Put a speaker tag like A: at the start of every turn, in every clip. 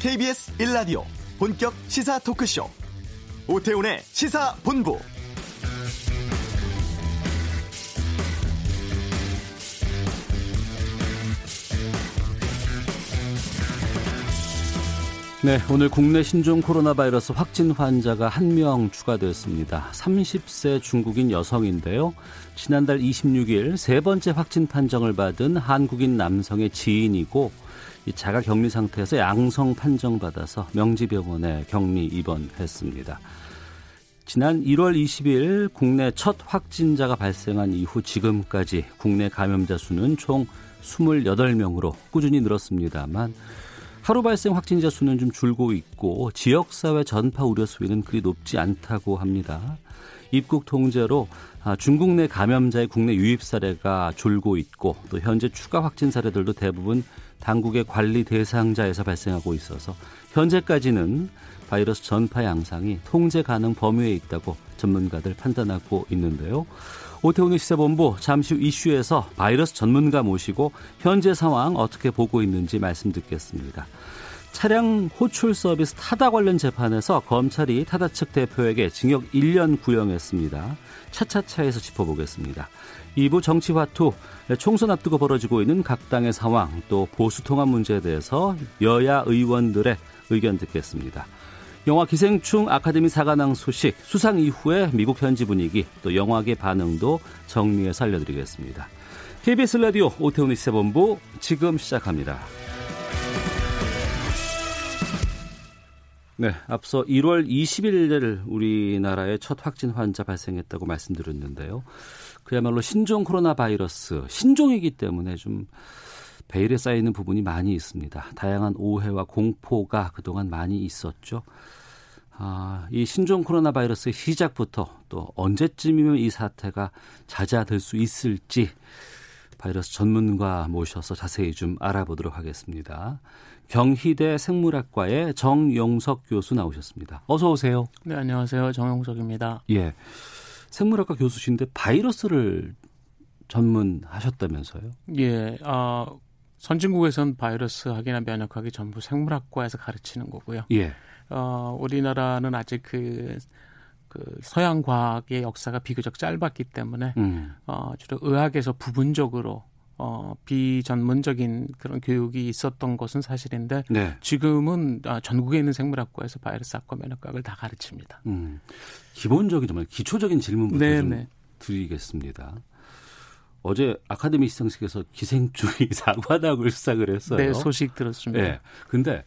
A: KBS 1라디오 본격 시사 토크쇼 오태훈의 시사본부
B: 네, 오늘 국내 신종 코로나 바이러스 확진 환자가 한 명 추가되었습니다. 30세 중국인 여성인데요. 지난달 26일 세 번째 확진 판정을 받은 한국인 남성의 지인이고 이 자가 격리 상태에서 양성 판정받아서 명지병원에 격리 입원했습니다. 지난 1월 20일 국내 첫 확진자가 발생한 이후 지금까지 국내 감염자 수는 총 28명으로 꾸준히 늘었습니다만 하루 발생 확진자 수는 좀 줄고 있고 지역사회 전파 우려 수위는 그리 높지 않다고 합니다. 입국 통제로 아, 중국 내 감염자의 국내 유입 사례가 줄고 있고 또 현재 추가 확진 사례들도 대부분 당국의 관리 대상자에서 발생하고 있어서 현재까지는 바이러스 전파 양상이 통제 가능 범위에 있다고 전문가들 판단하고 있는데요. 오태훈의 시사본부 잠시 후 이슈에서 바이러스 전문가 모시고 현재 상황 어떻게 보고 있는지 말씀 듣겠습니다. 차량 호출 서비스 타다 관련 재판에서 검찰이 타다 측 대표에게 징역 1년 구형했습니다. 차차차에서 짚어보겠습니다. 2부 정치화투, 총선 앞두고 벌어지고 있는 각 당의 상황, 또 보수 통합 문제에 대해서 여야 의원들의 의견 듣겠습니다. 영화 기생충 아카데미 사관왕 소식, 수상 이후의 미국 현지 분위기, 또 영화계 반응도 정리해서 알려드리겠습니다. KBS 라디오 오태훈의 시사본부 지금 시작합니다. 네, 앞서 1월 20일을 우리나라에 첫 확진 환자 발생했다고 말씀드렸는데요. 그야말로 신종 코로나 바이러스, 신종이기 때문에 좀 베일에 쌓이는 부분이 많이 있습니다. 다양한 오해와 공포가 그동안 많이 있었죠. 아, 이 신종 코로나 바이러스의 시작부터 또 언제쯤이면 이 사태가 잦아들 수 있을지 바이러스 전문가 모셔서 자세히 좀 알아보도록 하겠습니다. 경희대 생물학과의 정용석 교수 나오셨습니다. 어서 오세요.
C: 네, 안녕하세요. 정용석입니다.
B: 예. 생물학과 교수신데 바이러스를 전문하셨다면서요?
C: 예. 아, 선진국에선 바이러스 학이나 면역학이 전부 생물학과에서 가르치는 거고요.
B: 예.
C: 어, 우리나라는 아직 그, 그 서양 과학의 역사가 비교적 짧았기 때문에
B: 음.
C: 어, 주로 의학에서 부분적으로 어, 비전문적인 그런 교육이 있었던 것은 사실인데
B: 네.
C: 지금은 아, 전국에 있는 생물학과에서 바이러스학과 면역학을 다 가르칩니다.
B: 음. 기본적인 정말 기초적인 질문부터
C: 네,
B: 좀
C: 네.
B: 드리겠습니다. 어제 아카데미 시상식에서 기생충이 사과닭을 수상을 했어요.
C: 네, 소식 들었습니다.
B: 예. 근데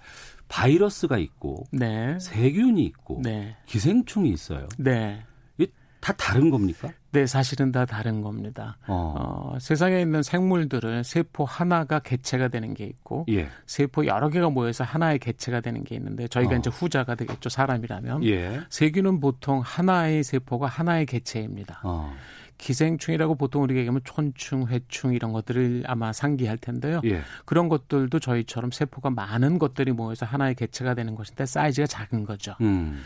B: 바이러스가 있고
C: 네.
B: 세균이 있고
C: 네.
B: 기생충이 있어요.
C: 네.
B: 이게 다 다른 겁니까?
C: 네, 사실은 다 다른 겁니다.
B: 어.
C: 어, 세상에 있는 생물들은 세포 하나가 개체가 되는 게 있고
B: 예.
C: 세포 여러 개가 모여서 하나의 개체가 되는 게 있는데 저희가
B: 어.
C: 이제 후자가 되겠죠 사람이라면
B: 예.
C: 세균은 보통 하나의 세포가 하나의 개체입니다.
B: 어.
C: 기생충이라고 보통 우리가 얘기하면 촌충, 회충 이런 것들을 아마 상기할 텐데요.
B: 예.
C: 그런 것들도 저희처럼 세포가 많은 것들이 모여서 하나의 개체가 되는 것인데 사이즈가 작은 거죠.
B: 음.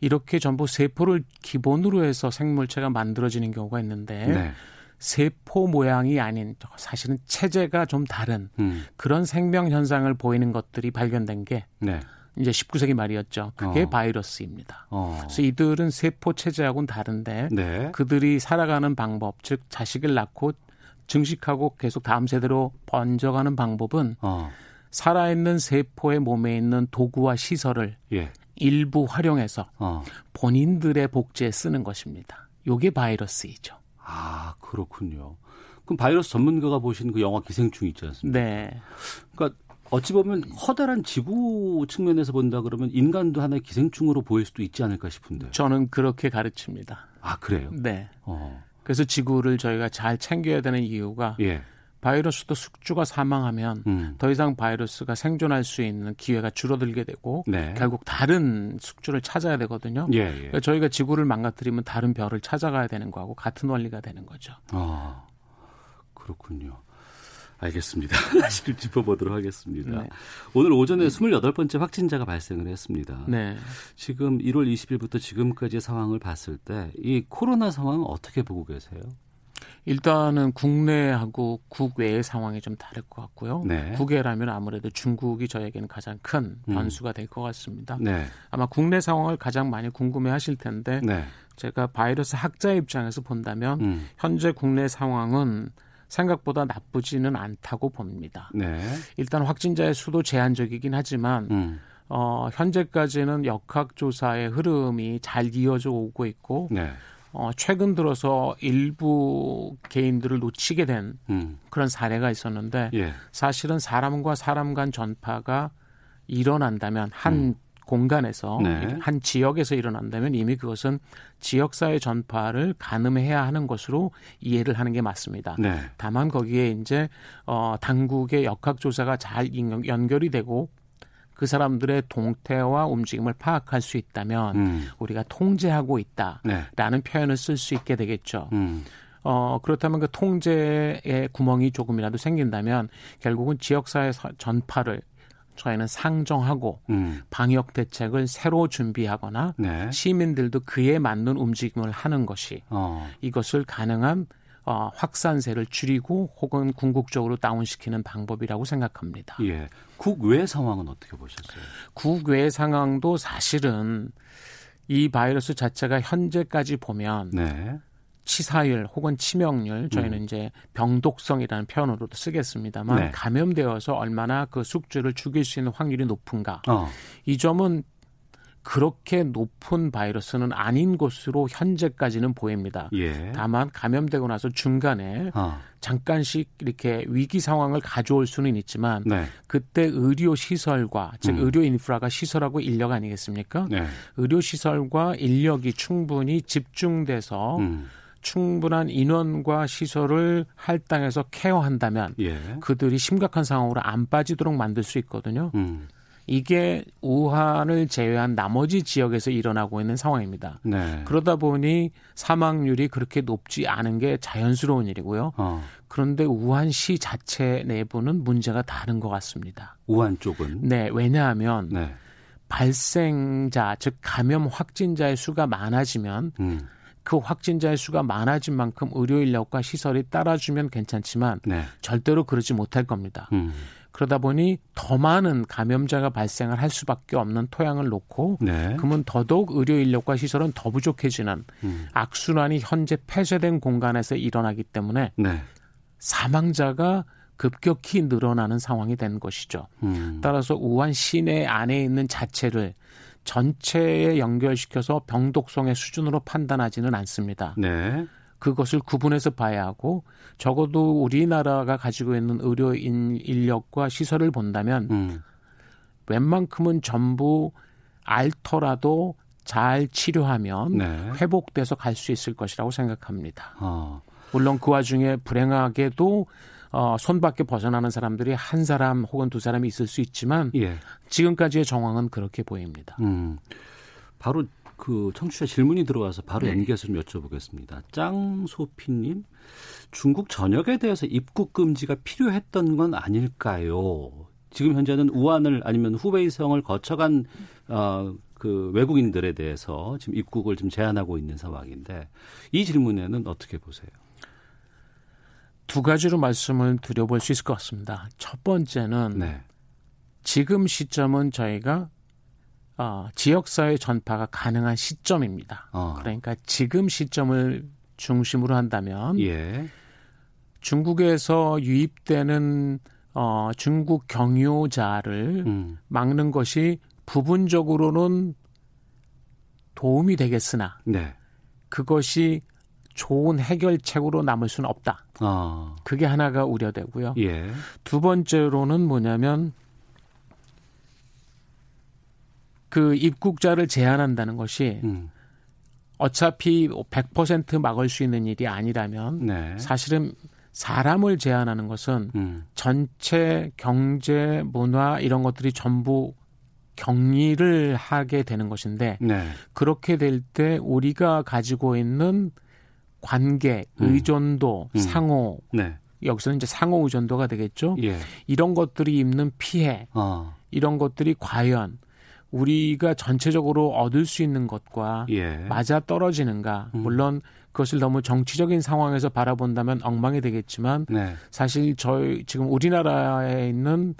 C: 이렇게 전부 세포를 기본으로 해서 생물체가 만들어지는 경우가 있는데
B: 네.
C: 세포 모양이 아닌 사실은 체제가 좀 다른
B: 음.
C: 그런 생명 현상을 보이는 것들이 발견된 게
B: 네.
C: 이제 19세기 말이었죠. 그게
B: 어.
C: 바이러스입니다.
B: 어.
C: 그래서 이들은 세포 체제하고는 다른데
B: 네.
C: 그들이 살아가는 방법, 즉 자식을 낳고 증식하고 계속 다음 세대로 번져가는 방법은
B: 어.
C: 살아있는 세포의 몸에 있는 도구와 시설을
B: 예.
C: 일부 활용해서
B: 어.
C: 본인들의 복제에 쓰는 것입니다. 요게 바이러스이죠.
B: 아, 그렇군요. 그럼 바이러스 전문가가 보신 그 영화 기생충 있지 않습니까?
C: 네.
B: 그러니까 어찌 보면 커다란 지구 측면에서 본다 그러면 인간도 하나의 기생충으로 보일 수도 있지 않을까 싶은데.
C: 저는 그렇게 가르칩니다.
B: 아, 그래요?
C: 네.
B: 어.
C: 그래서 지구를 저희가 잘 챙겨야 되는 이유가
B: 예.
C: 바이러스도 숙주가 사망하면
B: 음.
C: 더 이상 바이러스가 생존할 수 있는 기회가 줄어들게 되고
B: 네.
C: 결국 다른 숙주를 찾아야 되거든요.
B: 예, 예.
C: 그러니까 저희가 지구를 망가뜨리면 다른 별을 찾아가야 되는 거하고 같은 원리가 되는 거죠.
B: 아, 그렇군요. 알겠습니다. 지금 짚어보도록 하겠습니다.
C: 네.
B: 오늘 오전에 28번째 확진자가 발생을 했습니다.
C: 네.
B: 지금 1월 20일부터 지금까지의 상황을 봤을 때 이 코로나 상황 어떻게 보고 계세요?
C: 일단은 국내하고 국외의 상황이 좀 다를 것 같고요.
B: 네. 음.
C: 국외라면 아무래도 중국이 저에게는 가장 큰 변수가 될 것 같습니다.
B: 네.
C: 아마 국내 상황을 가장 많이 궁금해 하실 텐데
B: 네.
C: 제가 바이러스 학자 입장에서 본다면
B: 음.
C: 현재 국내 상황은 생각보다 나쁘지는 않다고 봅니다.
B: 네.
C: 일단 확진자의 수도 제한적이긴 하지만
B: 음.
C: 어, 현재까지는 역학조사의 흐름이 잘 이어져 오고 있고
B: 네.
C: 어, 최근 들어서 일부 개인들을 놓치게 된
B: 음.
C: 그런 사례가 있었는데
B: 예.
C: 사실은 사람과 사람 간 전파가 일어난다면 한 공간에서
B: 음. 네.
C: 한 지역에서 일어난다면 이미 그것은 지역사회 전파를 가늠해야 하는 것으로 이해를 하는 게 맞습니다.
B: 네.
C: 다만 거기에 이제 어 당국의 역학 조사가 잘 인- 연결이 되고 그 사람들의 동태와 움직임을 파악할 수 있다면
B: 음.
C: 우리가 통제하고 있다.
B: 네.
C: 라는 표현을 쓸 수 있게 되겠죠.
B: 음.
C: 어, 그렇다면 그 통제의 구멍이 조금이라도 생긴다면 결국은 지역사회 사- 전파를 저희는 상정하고
B: 음.
C: 방역 대책을 새로 준비하거나
B: 네.
C: 시민들도 그에 맞는 움직임을 하는 것이
B: 어.
C: 이것을 가능한 어, 확산세를 줄이고 혹은 궁극적으로 다운시키는 방법이라고 생각합니다.
B: 예. 국외 상황은 어떻게 보셨어요?
C: 국외 상황도 사실은 이 바이러스 자체가 현재까지 보면
B: 네.
C: 치사율 혹은 치명률 저희는 이제 병독성이라는 표현으로도 쓰겠습니다만
B: 음. 네.
C: 감염되어서 얼마나 그 숙주를 죽일 수 있는 확률이 높은가
B: 어.
C: 이 점은 그렇게 높은 바이러스는 아닌 것으로 현재까지는 보입니다.
B: 예.
C: 다만 감염되고 나서 중간에
B: 어.
C: 잠깐씩 이렇게 위기 상황을 가져올 수는 있지만
B: 네.
C: 그때 의료 시설과 즉
B: 음.
C: 의료 인프라가 시설하고 인력 아니겠습니까?
B: 네.
C: 의료 시설과 인력이 충분히 집중돼서
B: 음.
C: 충분한 인원과 시설을 할당해서 케어한다면
B: 예.
C: 그들이 심각한 상황으로 안 빠지도록 만들 수 있거든요.
B: 음.
C: 이게 우한을 제외한 나머지 지역에서 일어나고 있는 상황입니다.
B: 네.
C: 그러다 보니 사망률이 그렇게 높지 않은 게 자연스러운 일이고요.
B: 어.
C: 그런데 우한시 자체 내부는 문제가 다른 것 같습니다.
B: 우한 쪽은
C: 네, 왜냐하면
B: 네.
C: 발생자, 즉 감염 확진자의 수가 많아지면
B: 음.
C: 그 확진자의 수가 많아진 만큼 의료 인력과 시설이 따라주면 괜찮지만
B: 네.
C: 절대로 그러지 못할 겁니다.
B: 음.
C: 그러다 보니 더 많은 감염자가 발생을 할 수밖에 없는 토양을 놓고
B: 네.
C: 그러면 더더욱 의료 인력과 시설은 더 부족해지는
B: 음.
C: 악순환이 현재 폐쇄된 공간에서 일어나기 때문에
B: 네.
C: 사망자가 급격히 늘어나는 상황이 된 것이죠.
B: 음.
C: 따라서 우한 시내 안에 있는 자체를 전체에 연결시켜서 병독성의 수준으로 판단하지는 않습니다.
B: 네.
C: 그것을 구분해서 봐야 하고 적어도 우리나라가 가지고 있는 의료인 인력과 시설을 본다면
B: 음.
C: 웬만큼은 전부 앓더라도 잘 치료하면
B: 네.
C: 회복돼서 갈 수 있을 것이라고 생각합니다.
B: 어.
C: 물론 그 와중에 불행하게도 어, 손밖에 벗어나는 사람들이 한 사람 혹은 두 사람이 있을 수 있지만
B: 예.
C: 지금까지의 정황은 그렇게 보입니다.
B: 음. 바로 그 청취자 질문이 들어와서 바로 연계해서 좀 여쭤보겠습니다. 짱소피님, 중국 전역에 대해서 입국 금지가 필요했던 건 아닐까요? 지금 현재는 우한을 아니면 후베이성을 거쳐간 어, 그 외국인들에 대해서 지금 입국을 좀 제한하고 있는 상황인데 이 질문에는 어떻게 보세요?
C: 두 가지로 말씀을 드려볼 수 있을 것 같습니다. 첫 번째는
B: 네,
C: 지금 시점은 저희가 어, 지역사회 전파가 가능한 시점입니다.
B: 어.
C: 그러니까 지금 시점을 중심으로 한다면
B: 예,
C: 중국에서 유입되는 어, 중국 경유자를
B: 음,
C: 막는 것이 부분적으로는 도움이 되겠으나
B: 네,
C: 그것이 좋은 해결책으로 남을 수는 없다.
B: 아,
C: 그게 하나가 우려되고요.
B: 예,
C: 두 번째로는 뭐냐면 그 입국자를 제한한다는 것이
B: 음,
C: 어차피 100% 막을 수 있는 일이 아니라면
B: 네,
C: 사실은 사람을 제한하는 것은
B: 음,
C: 전체 경제, 문화 이런 것들이 전부 격리를 하게 되는 것인데
B: 네,
C: 그렇게 될 때 우리가 가지고 있는 관계,
B: 음.
C: 의존도,
B: 음.
C: 상호
B: 네,
C: 여기서는 이제 상호 의존도가 되겠죠.
B: 예,
C: 이런 것들이 입는 피해,
B: 아,
C: 이런 것들이 과연 우리가 전체적으로 얻을 수 있는 것과
B: 예,
C: 맞아 떨어지는가.
B: 음.
C: 물론 그것을 너무 정치적인 상황에서 바라본다면 엉망이 되겠지만
B: 네.
C: 사실 저희 지금 우리나라에 있는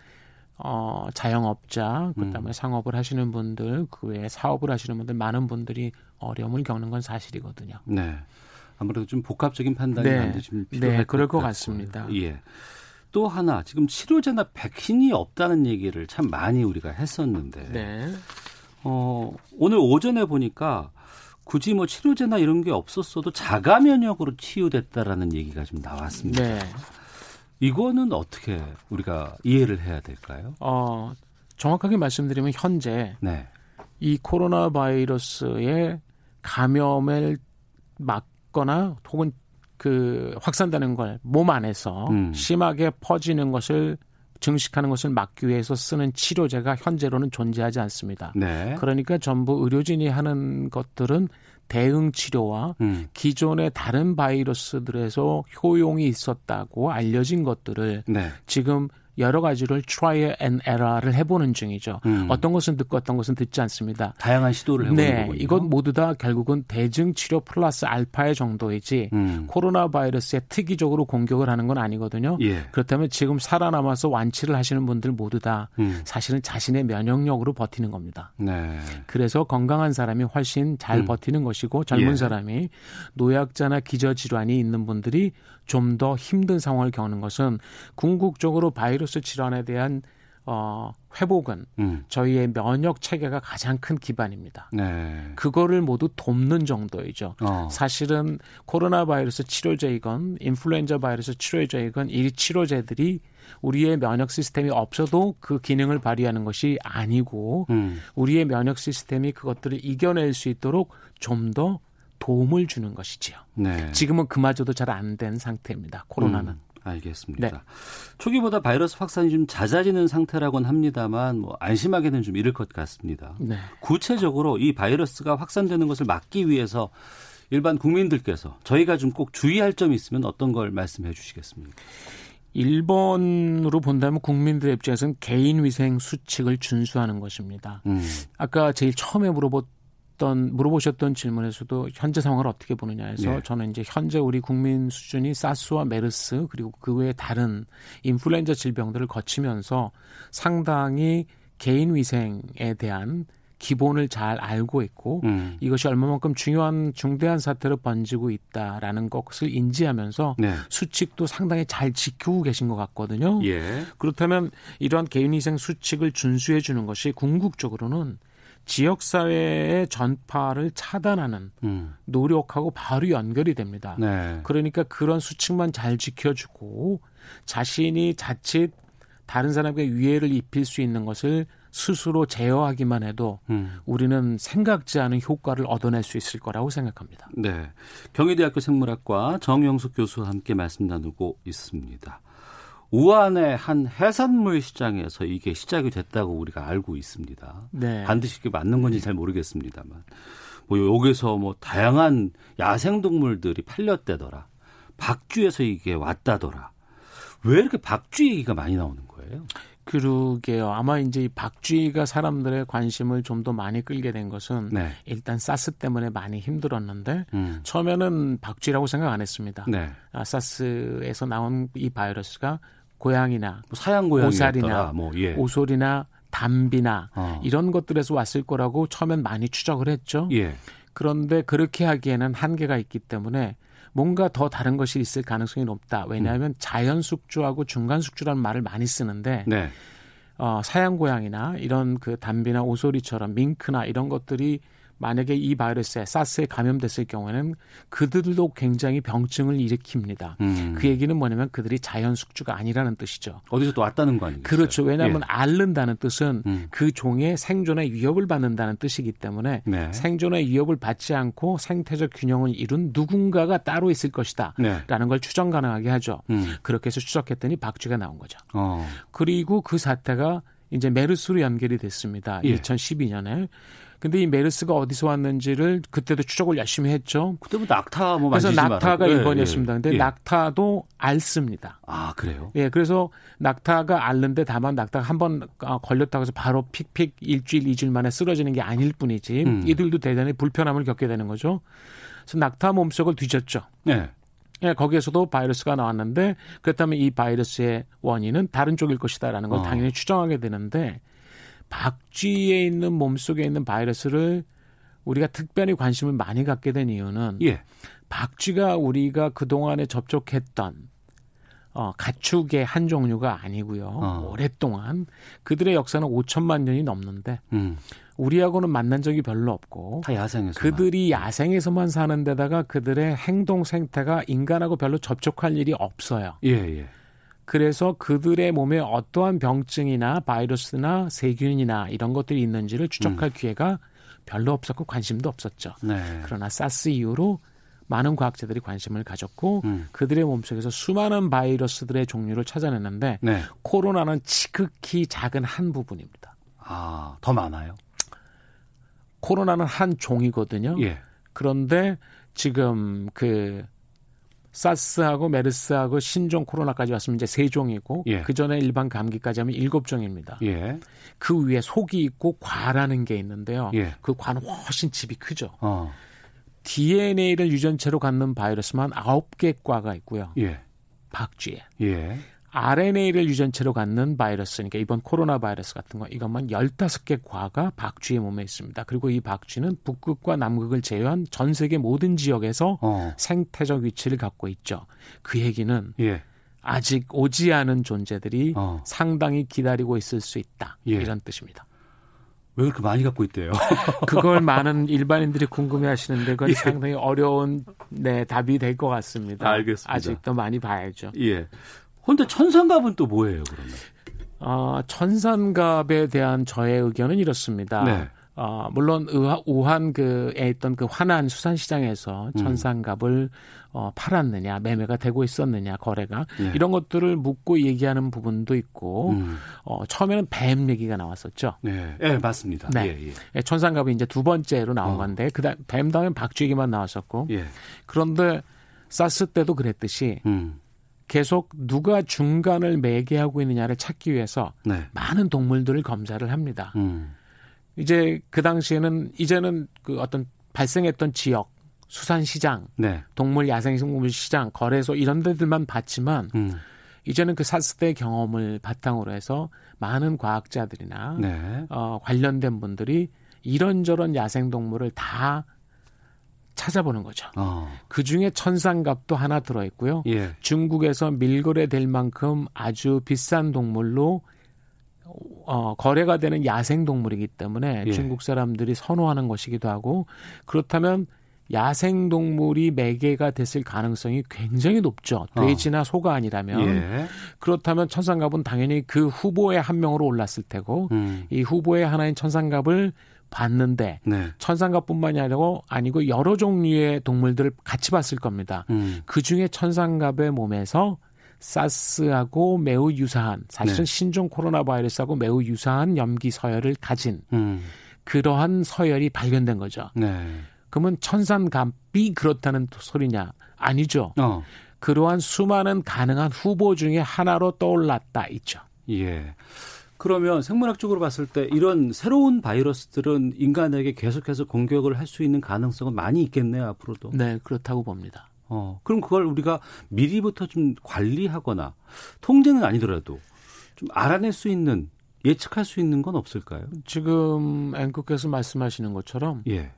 C: 어, 자영업자, 그 다음에 상업을 하시는 분들, 그 외에 사업을 하시는 분들, 많은 분들이 어려움을 겪는 건 사실이거든요.
B: 네. 아무래도 좀 복합적인 판단이
C: 네.
B: 반드시 좀
C: 네,
B: 필요할
C: 그럴
B: 것
C: 것
B: 같고요.
C: 같습니다.
B: 예. 또 하나 지금 치료제나 백신이 없다는 얘기를 참 많이 우리가 했었는데
C: 네.
B: 음. 어, 오늘 오전에 보니까 굳이 뭐 치료제나 이런 게 없었어도 자가 면역으로 치유됐다라는 얘기가 좀 나왔습니다.
C: 네.
B: 이거는 어떻게 우리가 이해를 해야 될까요?
C: 어, 정확하게 말씀드리면 현재
B: 네.
C: 이 코로나 바이러스의 감염을 막거나 혹은 그 확산되는 걸 몸 안에서
B: 음.
C: 심하게 퍼지는 것을 증식하는 것을 막기 위해서 쓰는 치료제가 현재로는 존재하지 않습니다.
B: 네.
C: 그러니까 전부 의료진이 하는 것들은 대응 치료와
B: 음.
C: 기존의 다른 바이러스들에서 효용이 있었다고 알려진 것들을
B: 네.
C: 지금 여러 가지를 try and error를 해보는 중이죠.
B: 음.
C: 어떤 것은 듣고 어떤 것은 듣지 않습니다.
B: 다양한 시도를 해보는
C: 네,
B: 거군요.
C: 이건 모두 다 결국은 대증 치료 플러스 알파의 정도이지
B: 음.
C: 코로나 바이러스에 특이적으로 공격을 하는 건 아니거든요.
B: 예.
C: 그렇다면 지금 살아남아서 완치를 하시는 분들 모두 다
B: 음.
C: 사실은 자신의 면역력으로 버티는 겁니다.
B: 네.
C: 그래서 건강한 사람이 훨씬 잘
B: 음.
C: 버티는 것이고 젊은
B: 예.
C: 사람이 노약자나 기저질환이 있는 분들이 좀 더 힘든 상황을 겪는 것은 궁극적으로 바이러스 질환에 대한 어, 회복은
B: 음.
C: 저희의 면역 체계가 가장 큰 기반입니다.
B: 네.
C: 그거를 모두 돕는 정도이죠.
B: 어.
C: 사실은 코로나 바이러스 치료제이건 인플루엔자 바이러스 치료제이건 이 치료제들이 우리의 면역 시스템이 없어도 그 기능을 발휘하는 것이 아니고
B: 음.
C: 우리의 면역 시스템이 그것들을 이겨낼 수 있도록 좀 더 도움을 주는 것이지요.
B: 네.
C: 지금은 그마저도 잘 안 된 상태입니다. 코로나는.
B: 음,
C: 네.
B: 알겠습니다. 초기보다 바이러스 확산이 좀 잦아지는 상태라고는 합니다만 뭐 안심하게는 좀 이를 것 같습니다.
C: 네.
B: 구체적으로 이 바이러스가 확산되는 것을 막기 위해서 일반 국민들께서 저희가 좀 꼭 주의할 점이 있으면 어떤 걸 말씀해 주시겠습니까?
C: 일본으로 본다면 국민들의 입장에서는 개인 위생 수칙을 준수하는 것입니다.
B: 음,
C: 아까 제일 처음에 물어봤던 물어보셨던 질문에서도 현재 상황을 어떻게 보느냐에서
B: 예.
C: 저는 이제 현재 우리 국민 수준이 사스와 메르스 그리고 그 외에 다른 인플루엔자 질병들을 거치면서 상당히 개인 위생에 대한 기본을 잘 알고 있고
B: 음.
C: 이것이 얼마만큼 중요한 중대한 사태로 번지고 있다라는 것을 인지하면서
B: 네.
C: 수칙도 상당히 잘 지키고 계신 것 같거든요.
B: 예.
C: 그렇다면 이러한 개인위생 수칙을 준수해 주는 것이 궁극적으로는 지역사회의 전파를 차단하는
B: 음.
C: 노력하고 바로 연결이 됩니다.
B: 네.
C: 그러니까 그런 수칙만 잘 지켜주고 자신이 자칫 다른 사람에게 위해를 입힐 수 있는 것을 스스로 제어하기만 해도
B: 음.
C: 우리는 생각지 않은 효과를 얻어낼 수 있을 거라고 생각합니다.
B: 네. 경희대학교 생물학과 정영숙 교수와 함께 말씀 나누고 있습니다. 우한의 한 해산물 시장에서 이게 시작이 됐다고 우리가 알고 있습니다.
C: 네.
B: 반드시 이게 맞는 건지 잘 모르겠습니다만 뭐 여기서 뭐 다양한 야생 동물들이 팔렸대더라 박쥐에서 이게 왔다더라 왜 이렇게 박쥐 얘기가 많이 나오는 거예요?
C: 그러게요. 아마 이제 이 박쥐가 사람들의 관심을 좀 더 많이 끌게 된 것은
B: 네,
C: 일단 사스 때문에 많이 힘들었는데
B: 음,
C: 처음에는 박쥐라고 생각 안 했습니다.
B: 네,
C: 아, 사스에서 나온 이 바이러스가 고양이나
B: 뭐 사양
C: 오살이나
B: 고양이였더라 뭐 예,
C: 오솔이나 담비나
B: 어,
C: 이런 것들에서 왔을 거라고 처음엔 많이 추적을 했죠.
B: 예,
C: 그런데 그렇게 하기에는 한계가 있기 때문에 뭔가 더 다른 것이 있을 가능성이 높다. 왜냐하면 자연 숙주하고 중간 숙주라는 말을 많이 쓰는데
B: 네,
C: 어, 사양 고양이나 이런 그 담비나 오소리처럼 밍크나 이런 것들이 만약에 이 바이러스에 사스에 감염됐을 경우에는 그들도 굉장히 병증을 일으킵니다.
B: 음,
C: 그 얘기는 뭐냐면 그들이 자연 숙주가 아니라는 뜻이죠.
B: 어디서 또 왔다는 거 아니겠어요?
C: 그렇죠. 왜냐하면 앓는다는 뜻은
B: 예. 음.
C: 그 종의 생존의 위협을 받는다는 뜻이기 때문에
B: 예. 네,
C: 생존의 위협을 받지 않고 생태적 균형을 이룬 누군가가 따로 있을 것이다.
B: 네,
C: 라는 걸 추정 가능하게 하죠.
B: 음,
C: 그렇게 해서 추적했더니 박쥐가 나온 거죠.
B: 어,
C: 그리고 그 사태가 이제 메르스로 연결이 됐습니다.
B: 예.
C: 2012년에. 근데 이 메르스가 어디서 왔는지를 그때도 추적을 열심히 했죠.
B: 그때부터 낙타 뭐
C: 그래서
B: 만지지
C: 낙타가
B: 말라고. 예,
C: 1번이었습니다.
B: 예.
C: 근데
B: 예.
C: 낙타도 앓습니다.
B: 아 그래요?
C: 예, 그래서 낙타가 앓는데 다만 낙타가 한 번 아, 걸렸다고 해서 바로 픽픽 일주일, 이주일 만에 쓰러지는 게 아닐 뿐이지
B: 음.
C: 이들도 대단히 불편함을 겪게 되는 거죠. 그래서 낙타 몸속을 뒤졌죠.
B: 네.
C: 예, 거기에서도 바이러스가 나왔는데 그렇다면 이 바이러스의 원인은 다른 쪽일 것이다라는 걸
B: 어.
C: 당연히 추정하게 되는데 박쥐에 있는 몸속에 있는 바이러스를 우리가 특별히 관심을 많이 갖게 된 이유는
B: 예.
C: 박쥐가 우리가 그동안에 접촉했던 어, 가축의 한 종류가 아니고요.
B: 어.
C: 오랫동안 그들의 역사는 5천만 년이 넘는데
B: 음.
C: 우리하고는 만난 적이 별로 없고
B: 다 야생에서.
C: 그들이 야생에서만 사는 데다가 그들의 행동 생태가 인간하고 별로 접촉할 일이 없어요.
B: 예, 예.
C: 그래서 그들의 몸에 어떠한 병증이나 바이러스나 세균이나 이런 것들이 있는지를 추적할 기회가 별로 없었고 관심도 없었죠.
B: 음. 네.
C: 그러나 사스 이후로 많은 과학자들이 관심을 가졌고
B: 음.
C: 그들의 몸속에서 수많은 바이러스들의 종류를 찾아냈는데
B: 네.
C: 코로나는 지극히 작은 한 부분입니다.
B: 아, 더 많아요.
C: 코로나는 한 종이거든요.
B: 예.
C: 그런데 지금 그 사스하고 메르스하고 신종 코로나까지 왔으면 이제 세 종이고
B: 예.
C: 그 전에 일반 감기까지 하면 일곱 종입니다.
B: 예.
C: 그 위에 속이 있고 과라는 게 있는데요.
B: 예.
C: 그 과는 훨씬 집이 크죠.
B: 어.
C: DNA를 유전체로 갖는 바이러스만 아홉 개 과가 있고요.
B: 예.
C: 박쥐에
B: 예.
C: RNA를 유전체로 갖는 바이러스니까 이번 코로나 바이러스 같은 거 이것만 15개 과가 박쥐의 몸에 있습니다. 그리고 이 박쥐는 북극과 남극을 제외한 전 세계 모든 지역에서
B: 어.
C: 생태적 위치를 갖고 있죠. 그 얘기는
B: 예.
C: 아직 오지 않은 존재들이
B: 어.
C: 상당히 기다리고 있을 수 있다.
B: 예.
C: 이런 뜻입니다.
B: 왜 그렇게 많이 갖고 있대요?
C: 그걸 많은 일반인들이 궁금해 하시는데
B: 예.
C: 그건 상당히 어려운 네, 답이 될 것 같습니다.
B: 알겠습니다.
C: 아직도 많이 봐야죠.
B: 예. 근데 천상갑은 또 뭐예요, 그러면?
C: 어, 천산갑에 대한 저의 의견은 이렇습니다.
B: 네.
C: 어, 물론 의하- 우한 그에 있던 그 화난
B: 음.
C: 수산시장에서 천산갑을 어, 팔았느냐 매매가 되고 있었느냐 거래가
B: 예.
C: 이런 것들을 묻고 얘기하는 부분도 있고
B: 음.
C: 어, 처음에는 뱀 얘기가 나왔었죠.
B: 네. 예, 맞습니다.
C: 네.
B: 예,
C: 예, 천상갑이 이제 두 번째로 나온
B: 어.
C: 건데 그다음 뱀 다음에 박쥐 얘기만 나왔었고
B: 예. 예.
C: 그런데 사스 때도 그랬듯이
B: 음.
C: 계속 누가 중간을 매개하고 있느냐를 찾기 위해서
B: 네.
C: 많은 동물들을 검사를 합니다.
B: 음.
C: 이제 그 당시에는 이제는 그 어떤 발생했던 지역 수산시장
B: 네.
C: 동물 야생식물 시장 거래소 이런 데들만 봤지만
B: 음.
C: 이제는 그 사스 때 경험을 바탕으로 해서 많은 과학자들이나
B: 네.
C: 어, 관련된 분들이 이런저런 야생동물을 다 찾아보는 거죠.
B: 어.
C: 그 중에 천상갑도 하나 들어있고요.
B: 예.
C: 중국에서 밀거래될 만큼 아주 비싼 동물로 어, 거래가 되는 야생 동물이기 때문에
B: 예.
C: 중국 사람들이 선호하는 것이기도 하고 그렇다면 야생 동물이 매개가 됐을 가능성이 굉장히 높죠.
B: 어.
C: 돼지나 소가 아니라면
B: 예.
C: 그렇다면 천상갑은 당연히 그 후보의 한 명으로 올랐을 테고
B: 음.
C: 이 후보의 하나인 천상갑을 봤는데
B: 네.
C: 천상갑뿐만이 아니고 아니고 여러 종류의 동물들을 같이 봤을 겁니다.
B: 음.
C: 그 중에 천상갑의 몸에서 사스하고 매우 유사한
B: 네.
C: 사실은 신종 코로나 바이러스하고 매우 유사한 염기 서열을 가진
B: 음.
C: 그러한 서열이 발견된 거죠.
B: 네.
C: 그러면 천상갑이 그렇다는 소리냐? 아니죠.
B: 어.
C: 그러한 수많은 가능한 후보 중에 하나로 떠올랐다 있죠.
B: 예. 그러면 생물학적으로 봤을 때 이런 새로운 바이러스들은 인간에게 계속해서 공격을 할 수 있는 가능성은 많이 있겠네요, 앞으로도.
C: 네, 그렇다고 봅니다.
B: 어, 그럼 그걸 우리가 미리부터 좀 관리하거나 통제는 아니더라도 좀 알아낼 수 있는 예측할 수 있는 건 없을까요?
C: 지금 앵커께서 말씀하시는 것처럼
B: 예.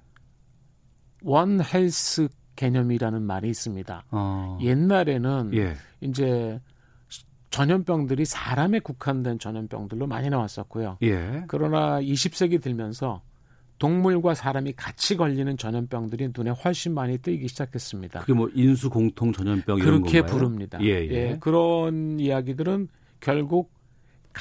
C: 원 헬스 개념이라는 말이 있습니다.
B: 어.
C: 옛날에는
B: 예.
C: 이제 전염병들이 사람에 국한된 전염병들로 많이 나왔었고요.
B: 예.
C: 그러나 20세기 들면서 동물과 사람이 같이 걸리는 전염병들이 눈에 훨씬 많이 뜨이기 시작했습니다.
B: 그게 뭐 인수 공통 전염병 이런
C: 그렇게
B: 건가요?
C: 부릅니다.
B: 예, 예.
C: 그런 이야기들은 결국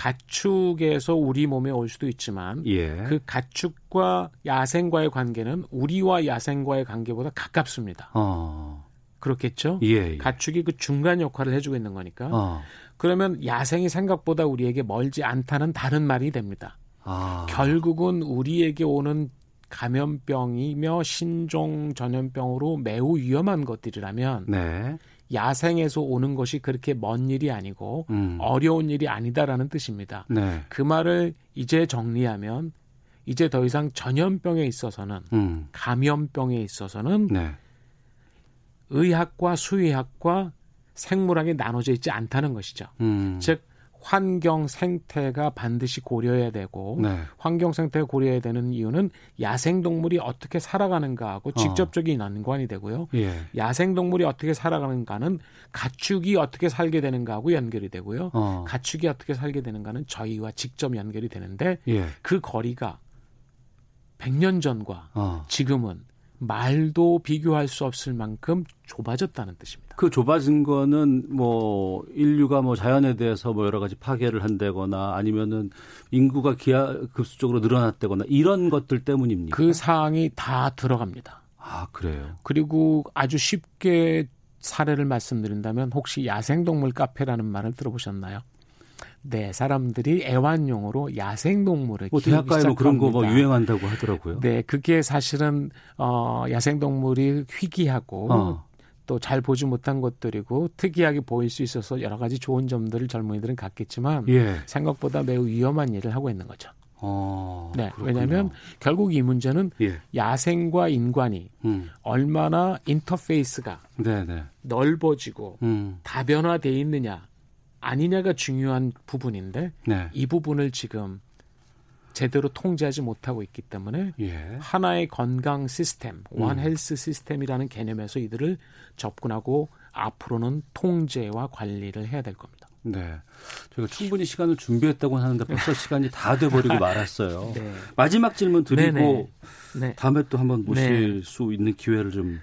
C: 가축에서 우리 몸에 올 수도 있지만
B: 예.
C: 그 가축과 야생과의 관계는 우리와 야생과의 관계보다 가깝습니다.
B: 어.
C: 그렇겠죠?
B: 예. 예.
C: 가축이 그 중간 역할을 해주고 있는 거니까.
B: 어.
C: 그러면 야생이 생각보다 우리에게 멀지 않다는 다른 말이 됩니다.
B: 아.
C: 결국은 우리에게 오는 감염병이며 신종 전염병으로 매우 위험한 것들이라면
B: 네.
C: 야생에서 오는 것이 그렇게 먼 일이 아니고
B: 음.
C: 어려운 일이 아니다라는 뜻입니다.
B: 네.
C: 그 말을 이제 정리하면 이제 더 이상 전염병에 있어서는
B: 음.
C: 감염병에 있어서는
B: 네.
C: 의학과 수의학과 생물학이 나눠져 있지 않다는 것이죠.
B: 음.
C: 즉 환경 생태가 반드시 고려해야 되고
B: 네.
C: 환경 생태가 고려해야 되는 이유는 야생 동물이 어떻게 살아가는가하고 직접적인 연관이 되고요.
B: 예.
C: 야생 동물이 어떻게 살아가는가는 가축이 어떻게 살게 되는가하고 연결이 되고요.
B: 어.
C: 가축이 어떻게 살게 되는가는 저희와 직접 연결이 되는데
B: 예.
C: 그 거리가 100년 전과
B: 어.
C: 지금은 말도 비교할 수 없을 만큼 좁아졌다는 뜻입니다.
B: 그 좁아진 거는 뭐 인류가 뭐 자연에 대해서 뭐 여러 가지 파괴를 한다거나 아니면은 인구가 기하급수적으로 늘어났다거나 이런 것들 때문입니까?
C: 그 사항이 다 들어갑니다.
B: 아 그래요.
C: 그리고 아주 쉽게 사례를 말씀드린다면 혹시 야생동물 카페라는 말을 들어보셨나요? 네, 사람들이 애완용으로 야생동물을
B: 뭐
C: 키우기
B: 대학가에 뭐 그런 거 뭐
C: 시작합니다.
B: 유행한다고 하더라고요.
C: 네, 그게 사실은 어 야생동물이 희귀하고
B: 어.
C: 또 잘 보지 못한 것들이고 특이하게 보일 수 있어서 여러 가지 좋은 점들을 젊은이들은 갖겠지만
B: 예.
C: 생각보다 매우 위험한 일을 하고 있는 거죠.
B: 어.
C: 네,
B: 그렇군요.
C: 왜냐하면 결국 이 문제는
B: 예.
C: 야생과 인간이
B: 음.
C: 얼마나 인터페이스가
B: 네네.
C: 넓어지고
B: 음.
C: 다변화돼 있느냐 아니냐가 중요한 부분인데
B: 네.
C: 이 부분을 지금 제대로 통제하지 못하고 있기 때문에
B: 예. 음.
C: 하나의 건강 시스템, 원 헬스 시스템이라는 개념에서 이들을 접근하고 앞으로는 통제와 관리를 해야 될 겁니다.
B: 네. 저희가 충분히 시간을 준비했다고 하는데 벌써 시간이 다 돼버리고 말았어요.
C: 네.
B: 마지막 질문 드리고
C: 네네. 네.
B: 다음에 또 한번 모실 수 있는 기회를 좀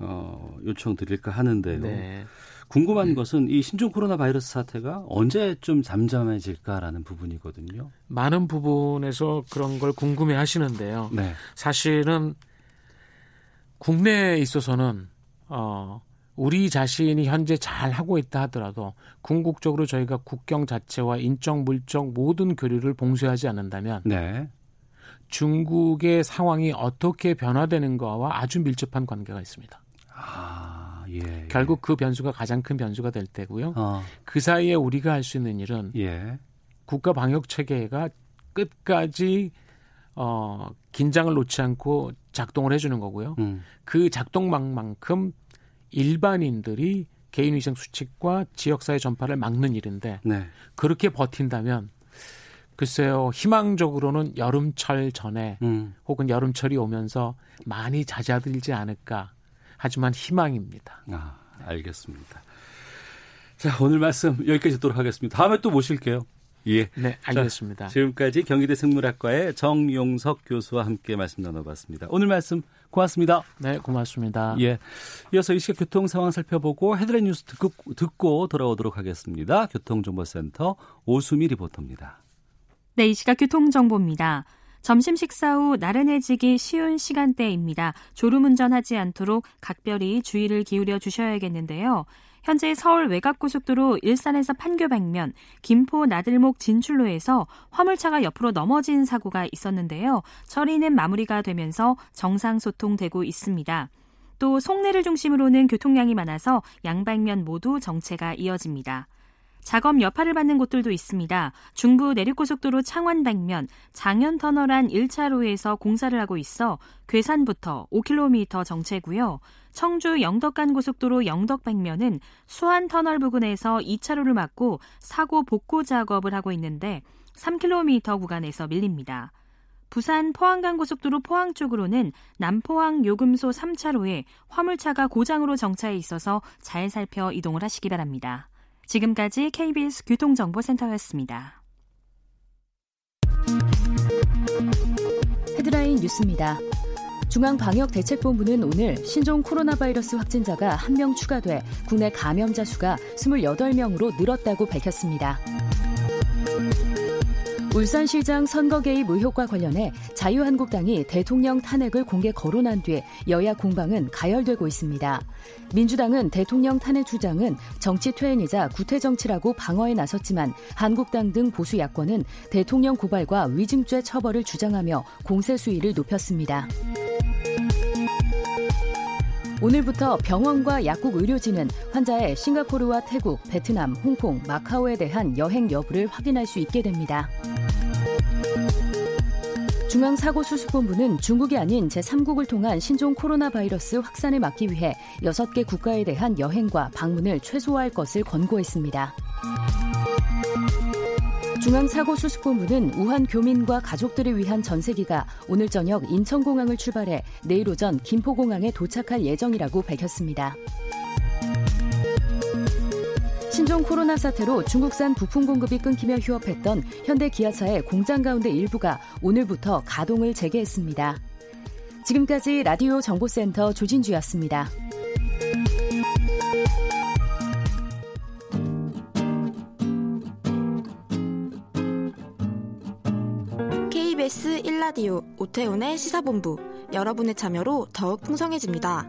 B: 어, 요청드릴까 하는데요.
C: 네.
B: 궁금한 것은 이 신종 코로나 바이러스 사태가 언제쯤 잠잠해질까라는 부분이거든요.
C: 많은 부분에서 그런 걸 궁금해 하시는데요.
B: 네.
C: 사실은 국내에 있어서는 어 우리 자신이 현재 잘 하고 있다 하더라도 궁극적으로 저희가 국경 자체와 인적 물적 모든 교류를 봉쇄하지 않는다면
B: 네.
C: 중국의 상황이 어떻게 변화되는가와 아주 밀접한 관계가 있습니다.
B: 아, 예. 예.
C: 결국 그 변수가 가장 큰 변수가 될 테고요.
B: 어,
C: 그 사이에 우리가 할 수 있는 일은
B: 예.
C: 국가 방역 체계가 끝까지 어 긴장을 놓지 않고 작동을 해 주는 거고요.
B: 음.
C: 그 작동망만큼 일반인들이 개인위생 수칙과 지역사회 전파를 막는 일인데
B: 네.
C: 그렇게 버틴다면 글쎄요 희망적으로는 여름철 전에
B: 음.
C: 혹은 여름철이 오면서 많이 잦아들지 않을까 하지만 희망입니다.
B: 아, 알겠습니다. 자, 오늘 말씀 여기까지 듣도록 하겠습니다. 다음에 또 모실게요. 예.
C: 네 알겠습니다.
B: 지금까지 경희대 생물학과의 정용석 교수와 함께 말씀 나눠봤습니다. 오늘 말씀 고맙습니다.
C: 네 고맙습니다.
B: 예. 이어서 이 시각 교통 상황 살펴보고 헤드라인 뉴스 듣고, 듣고 돌아오도록 하겠습니다. 교통정보센터 오수미 리포터입니다.
D: 네, 이 시각 교통정보입니다. 점심 식사 후 나른해지기 쉬운 시간대입니다. 졸음운전하지 않도록 각별히 주의를 기울여 주셔야겠는데요. 현재 서울 외곽고속도로 일산에서 판교 방면, 김포 나들목 진출로에서 화물차가 옆으로 넘어진 사고가 있었는데요. 처리는 마무리가 되면서 정상 소통되고 있습니다. 또 송내를 중심으로는 교통량이 많아서 양방면 모두 정체가 이어집니다. 작업 여파를 받는 곳들도 있습니다. 중부 내륙고속도로 창원 방면 장현 터널 안 1차로에서 공사를 하고 있어 괴산부터 5km 정체고요. 청주 영덕간 고속도로 영덕 방면은 수안 터널 부근에서 2차로를 막고 사고 복구 작업을 하고 있는데 3km 구간에서 밀립니다. 부산 포항간 고속도로 포항 쪽으로는 남포항 요금소 3차로에 화물차가 고장으로 정차해 있어서 잘 살펴 이동을 하시기 바랍니다. 지금까지 KBS 교통정보센터였습니다.
E: 헤드라인 뉴스입니다. 중앙방역대책본부는 오늘 신종 코로나 바이러스 확진자가 1명 추가돼 국내 감염자 수가 28명으로 늘었다고 밝혔습니다. 울산시장 선거 개입 의혹과 관련해 자유한국당이 대통령 탄핵을 공개 거론한 뒤 여야 공방은 가열되고 있습니다. 민주당은 대통령 탄핵 주장은 정치 퇴행이자 구태 정치라고 방어에 나섰지만 한국당 등 보수 야권은 대통령 고발과 위증죄 처벌을 주장하며 공세 수위를 높였습니다. 오늘부터 병원과 약국 의료진은 환자의 싱가포르와 태국, 베트남, 홍콩, 마카오에 대한 여행 여부를 확인할 수 있게 됩니다. 중앙사고수습본부는 중국이 아닌 제3국을 통한 신종 코로나 바이러스 확산을 막기 위해 6개 국가에 대한 여행과 방문을 최소화할 것을 권고했습니다. 중앙사고수습본부는 우한 교민과 가족들을 위한 전세기가 오늘 저녁 인천공항을 출발해 내일 오전 김포공항에 도착할 예정이라고 밝혔습니다. 신종 코로나 사태로 중국산 부품 공급이 끊기며 휴업했던 현대 기아차의 공장 가운데 일부가 오늘부터 가동을 재개했습니다. 지금까지 라디오 정보센터 조진주였습니다.
F: KBS 1라디오 오태훈의 시사본부 여러분의 참여로 더욱 풍성해집니다.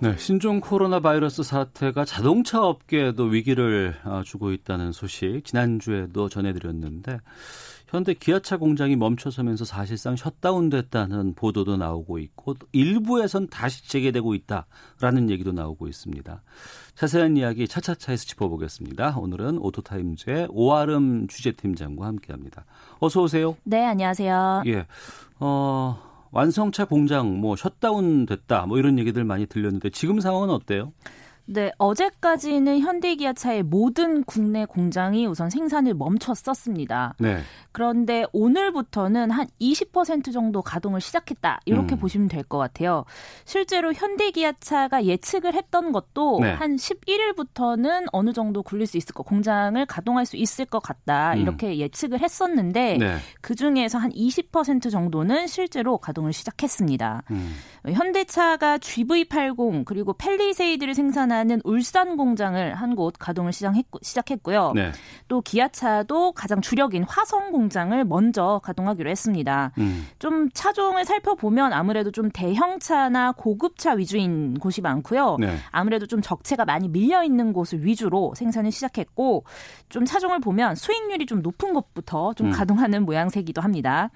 B: 네, 신종 코로나 바이러스 사태가 자동차 업계에도 위기를 아, 주고 있다는 소식 지난주에도 전해드렸는데 현대 기아차 공장이 멈춰서면서 사실상 셧다운됐다는 보도도 나오고 있고 일부에선 다시 재개되고 있다라는 얘기도 나오고 있습니다. 자세한 이야기 차차차에서 짚어보겠습니다. 오늘은 오토타임즈의 오아름 취재팀장과 함께합니다. 어서 오세요.
D: 네, 안녕하세요.
B: 예, 어, 완성차 공장 뭐 셧다운 됐다 뭐 이런 얘기들 많이 들렸는데 지금 상황은 어때요?
D: 네, 어제까지는 현대기아차의 모든 국내 공장이 우선 생산을 멈췄었습니다.
B: 네.
D: 그런데 오늘부터는 한 20% 정도 가동을 시작했다. 이렇게
B: 음.
D: 보시면 될 것 같아요. 실제로 현대기아차가 예측을 했던 것도
B: 네.
D: 한 11일부터는 어느 정도 굴릴 수 있을 것, 공장을 가동할 수 있을 것 같다.
B: 음.
D: 이렇게 예측을 했었는데
B: 네.
D: 그 중에서 한 20% 정도는 실제로 가동을 시작했습니다.
B: 음.
D: 현대차가 GV80 그리고 펠리세이드를 생산하는 울산 공장을 한 곳 가동을 시작했고, 시작했고요.
B: 네.
D: 또 기아차도 가장 주력인 화성 공장을 먼저 가동하기로 했습니다.
B: 음.
D: 좀 차종을 살펴보면 아무래도 좀 대형차나 고급차 위주인 곳이 많고요.
B: 네.
D: 아무래도 좀 적체가 많이 밀려 있는 곳을 위주로 생산을 시작했고 좀 차종을 보면 수익률이 좀 높은 것부터 좀
B: 음.
D: 가동하는 모양새기도 합니다.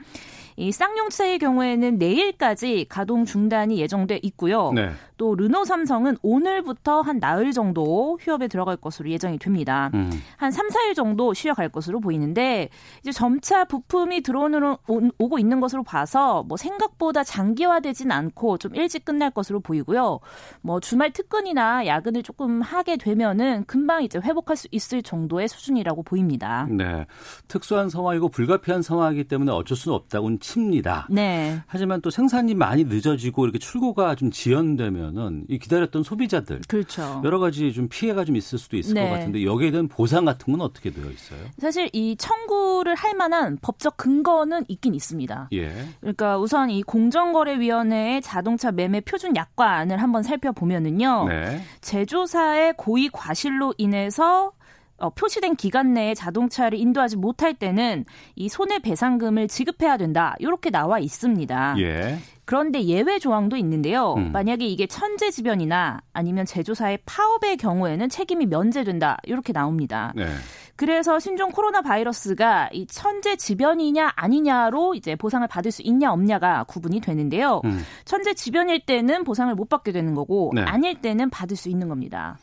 D: 이 쌍용차의 경우에는 내일까지 가동 중단이 예정돼 있고요.
B: 네.
D: 또 르노 삼성은 오늘부터 한 나흘 정도 휴업에 들어갈 것으로 예정이 됩니다.
B: 음.
D: 한 3, 4일 정도 쉬어갈 것으로 보이는데 이제 점차 부품이 들어오는 오고 있는 것으로 봐서 뭐 생각보다 장기화되진 않고 좀 일찍 끝날 것으로 보이고요. 뭐 주말 특근이나 야근을 조금 하게 되면은 금방 이제 회복할 수 있을 정도의 수준이라고 보입니다.
B: 네. 특수한 상황이고 불가피한 상황이기 때문에 어쩔 수는 없다고는 칩니다.
D: 네.
B: 하지만 또 생산이 많이 늦어지고 이렇게 출고가 좀 지연되면은 이 기다렸던 소비자들
D: 그렇죠.
B: 여러 가지 좀 피해가 좀 있을 수도 있을
D: 네.
B: 것 같은데 여기에 대한 보상 같은 건 어떻게 되어 있어요?
D: 사실 이 청구를 할 만한 법적 근거는 있긴 있습니다.
B: 예.
D: 그러니까 우선 이 공정거래위원회의 자동차 매매 표준 약관을 한번 살펴보면은요.
B: 네.
D: 제조사의 고의 과실로 인해서 어, 표시된 기간 내에 자동차를 인도하지 못할 때는 이 손해배상금을 지급해야 된다. 이렇게 나와 있습니다.
B: 예.
D: 그런데 예외 조항도 있는데요.
B: 음.
D: 만약에 이게 천재지변이나 아니면 제조사의 파업의 경우에는 책임이 면제된다. 이렇게 나옵니다.
B: 네.
D: 그래서 신종 코로나 바이러스가 이 천재지변이냐 아니냐로 이제 보상을 받을 수 있냐 없냐가 구분이 되는데요.
B: 음.
D: 천재지변일 때는 보상을 못 받게 되는 거고
B: 네.
D: 아닐 때는 받을 수 있는 겁니다.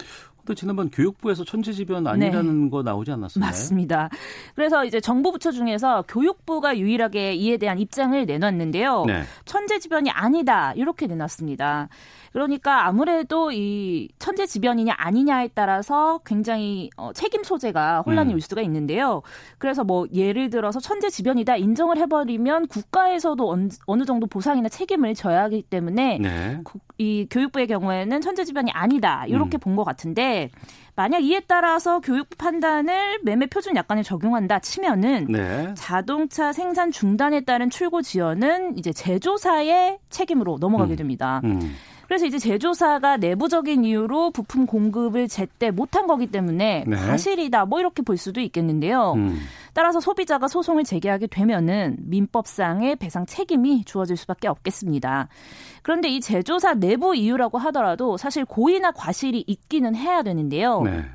B: 또 지난번 교육부에서 천재지변 아니라는 거 나오지 않았었나요?
D: 네. 맞습니다. 그래서 이제 정부 부처 중에서 교육부가 유일하게 이에 대한 입장을 내놨는데요.
B: 네.
D: 천재지변이 아니다 이렇게 내놨습니다. 그러니까 아무래도 이 천재지변이냐 아니냐에 따라서 굉장히 어, 책임 소재가 혼란이
B: 음.
D: 올 수가 있는데요. 그래서 뭐 예를 들어서 천재지변이다 인정을 해버리면 국가에서도 언- 어느 정도 보상이나 책임을 져야 하기 때문에
B: 네.
D: 국- 이 교육부의 경우에는 천재지변이 아니다 이렇게
B: 음.
D: 본 것 같은데 만약 이에 따라서 교육부 판단을 매매 표준 약관에 적용한다 치면은
B: 네.
D: 자동차 생산 중단에 따른 출고 지연은 이제 제조사의 책임으로 넘어가게
B: 음.
D: 됩니다.
B: 음.
D: 그래서 이제 제조사가 내부적인 이유로 부품 공급을 제때 못한 거기 때문에
B: 네.
D: 과실이다 뭐 이렇게 볼 수도 있겠는데요.
B: 음.
D: 따라서 소비자가 소송을 제기하게 되면은 민법상의 배상 책임이 주어질 수밖에 없겠습니다. 그런데 이 제조사 내부 이유라고 하더라도 사실 고의나 과실이 있기는 해야 되는데요.
B: 네.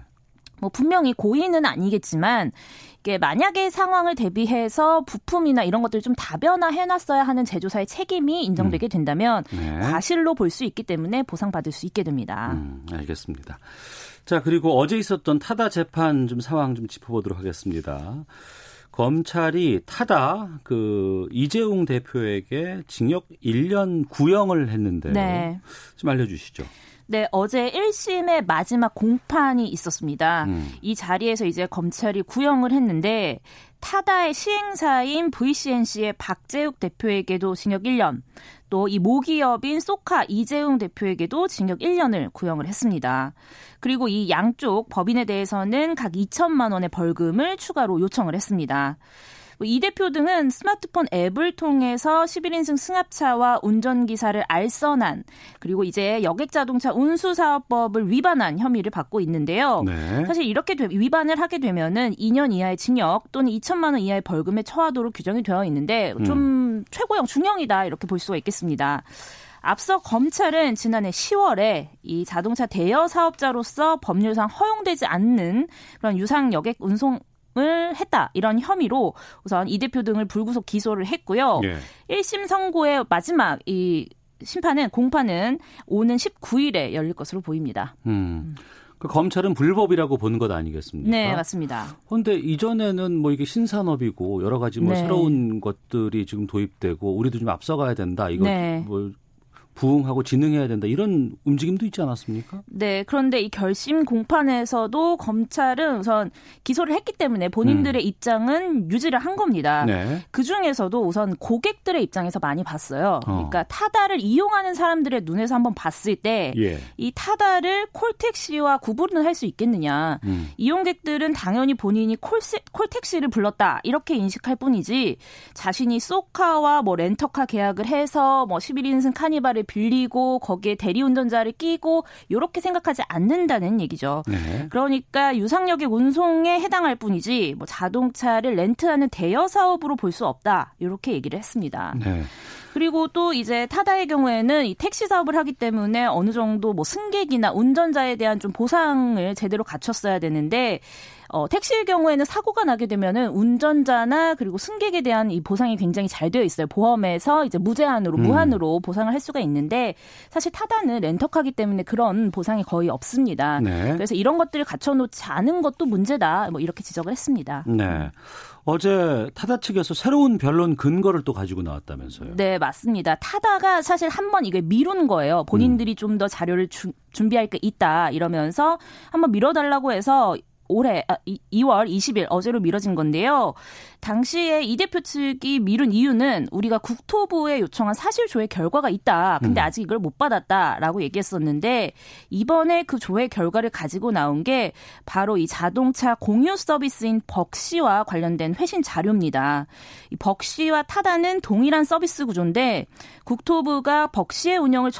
D: 뭐 분명히 고의는 아니겠지만 이게 만약에 상황을 대비해서 부품이나 이런 것들을 좀 다변화해 놨어야 하는 제조사의 책임이 인정되게 된다면
B: 네.
D: 과실로 볼 수 있기 때문에 보상받을 수 있게 됩니다.
B: 음, 알겠습니다. 자, 그리고 어제 있었던 타다 재판 좀 상황 좀 짚어보도록 하겠습니다. 검찰이 타다 그 이재용 대표에게 징역 1년 구형을 했는데
D: 네.
B: 좀 알려주시죠.
D: 네, 어제 1심의 마지막 공판이 있었습니다.
B: 음.
D: 이 자리에서 이제 검찰이 구형을 했는데 타다의 시행사인 VCNC의 박재욱 대표에게도 징역 1년, 또 이 모기업인 소카 이재용 대표에게도 징역 1년을 구형을 했습니다. 그리고 이 양쪽 법인에 대해서는 각 2천만 원의 벌금을 추가로 요청을 했습니다. 뭐 이 대표 등은 스마트폰 앱을 통해서 11인승 승합차와 운전기사를 알선한 그리고 이제 여객자동차 운수사업법을 위반한 혐의를 받고 있는데요.
B: 네.
D: 사실 이렇게 되- 위반을 하게 되면은 2년 이하의 징역 또는 2천만 원 이하의 벌금에 처하도록 규정이 되어 있는데
B: 음.
D: 좀 최고형 중형이다 이렇게 볼 수가 있겠습니다. 앞서 검찰은 지난해 10월에 이 자동차 대여 사업자로서 법률상 허용되지 않는 그런 유상 여객 운송 을 했다 이런 혐의로 우선 이 대표 등을 불구속 기소를 했고요.
B: 예.
D: 1심 선고의 마지막 이 심판은 공판은 오는 19일에 열릴 것으로 보입니다.
B: 음. 그 검찰은 불법이라고 보는 것 아니겠습니까?
D: 네, 맞습니다.
B: 근데 이전에는 뭐 이게 신산업이고 여러 가지 뭐
D: 네.
B: 새로운 것들이 지금 도입되고 우리도 좀 앞서가야 된다. 이거
D: 네.
B: 뭐 부응하고 진흥해야 된다. 이런 움직임도 있지 않았습니까?
D: 네, 그런데 이 결심 공판에서도 검찰은 우선 기소를 했기 때문에 본인들의 입장은 유지를 한 겁니다.
B: 음. 네.
D: 그 중에서도 우선 고객들의 입장에서 많이 봤어요.
B: 어.
D: 그러니까 타다를 이용하는 사람들의 눈에서 한번 봤을 때 이
B: 예.
D: 타다를 콜택시와 구분을 할 수 있겠느냐.
B: 음.
D: 이용객들은 당연히 본인이 콜세, 콜택시를 불렀다 이렇게 인식할 뿐이지 자신이 쏘카와 뭐 렌터카 계약을 해서 뭐 11인승 카니발을 빌리고 거기에 대리운전자를 끼고 이렇게 생각하지 않는다는 얘기죠.
B: 네.
D: 그러니까 유상력의 운송에 해당할 뿐이지 뭐 자동차를 렌트하는 대여 사업으로 볼 수 없다 이렇게 얘기를 했습니다.
B: 네.
D: 그리고 또 이제 타다의 경우에는 이 택시 사업을 하기 때문에 어느 정도 뭐 승객이나 운전자에 대한 좀 보상을 제대로 갖췄어야 되는데 어, 택시의 경우에는 사고가 나게 되면은 운전자나 그리고 승객에 대한 이 보상이 굉장히 잘 되어 있어요. 보험에서 이제 무제한으로 무한으로 보상을 할 수가 있는데 사실 타다는 렌터카기 때문에 그런 보상이 거의 없습니다.
B: 네.
D: 그래서 이런 것들을 갖춰놓지 않은 것도 문제다. 뭐 이렇게 지적을 했습니다.
B: 네. 어제 타다 측에서 새로운 변론 근거를 또 가지고 나왔다면서요.
D: 네, 맞습니다. 타다가 사실 한 번 이게 미룬 거예요. 본인들이 좀 더 자료를 주- 준비할 게 있다 이러면서 한번 미뤄달라고 해서 올해 아, 이- 2월 20일 어제로 미뤄진 건데요. 당시에 이 대표 측이 미룬 이유는 우리가 국토부에 요청한 사실 조회 결과가 있다. 근데 아직 이걸 못 받았다라고 얘기했었는데 이번에 그 조회 결과를 가지고 나온 게 바로 이 자동차 공유 서비스인 벅시와 관련된 회신 자료입니다. 이 벅시와 타다는 동일한 서비스 구조인데 국토부가 벅시의 운영을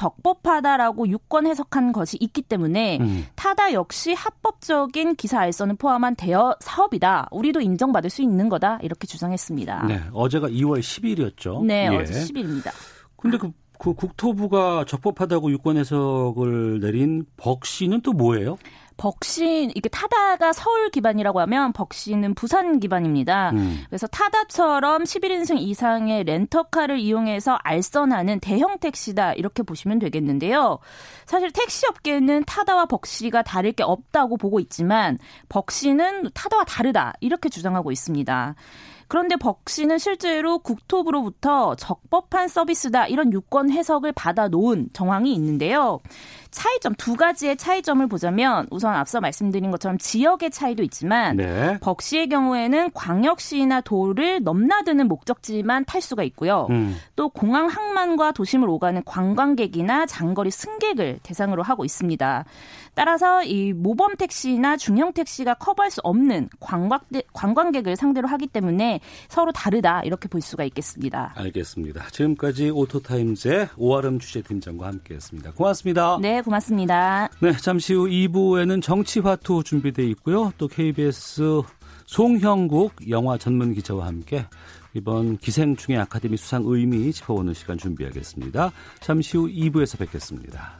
D: 적법하다라고 유권 해석한 것이 있기 때문에 타다 역시 합법적인 기사 알선을 포함한 대여 사업이다. 우리도 인정받을 수 있는 거다. 이렇게 주장했습니다.
B: 네. 예. 어제가 2월 10일이었죠.
D: 아. 네, 어제 10일입니다.
B: 근데 그, 그 국토부가 적법하다고 유권 해석을 내린 벅시는 또 뭐예요?
D: 벅신 이게 타다가 서울 기반이라고 하면 벅신은 부산 기반입니다.
B: 음.
D: 그래서 타다처럼 11인승 이상의 렌터카를 이용해서 알선하는 대형 택시다 이렇게 보시면 되겠는데요. 사실 택시 업계는 타다와 벅시가 다를 게 없다고 보고 있지만 벅시는 타다와 다르다 이렇게 주장하고 있습니다. 그런데 벅시는 실제로 국토부로부터 적법한 서비스다 이런 유권 해석을 받아 놓은 정황이 있는데요. 차이점 두 가지의 차이점을 보자면 우선 앞서 말씀드린 것처럼 지역의 차이도 있지만
B: 네.
D: 벅시의 경우에는 광역시나 도를 넘나드는 목적지만 탈 수가 있고요.
B: 음.
D: 또 공항 항만과 도심을 오가는 관광객이나 장거리 승객을 대상으로 하고 있습니다. 따라서 이 모범 택시나 중형 택시가 커버할 수 없는 관광, 관광객을 상대로 하기 때문에 서로 다르다 이렇게 볼 수가 있겠습니다.
B: 알겠습니다. 지금까지 오토타임즈의 오아름 취재팀장과 함께했습니다. 고맙습니다.
D: 네, 고맙습니다.
B: 네, 잠시 후 2부에는 정치화투 준비되어 있고요. 또 KBS 송형국 영화 전문 기자와 함께 이번 기생충의 아카데미 수상 의미 짚어보는 시간 준비하겠습니다. 잠시 후 2부에서 뵙겠습니다.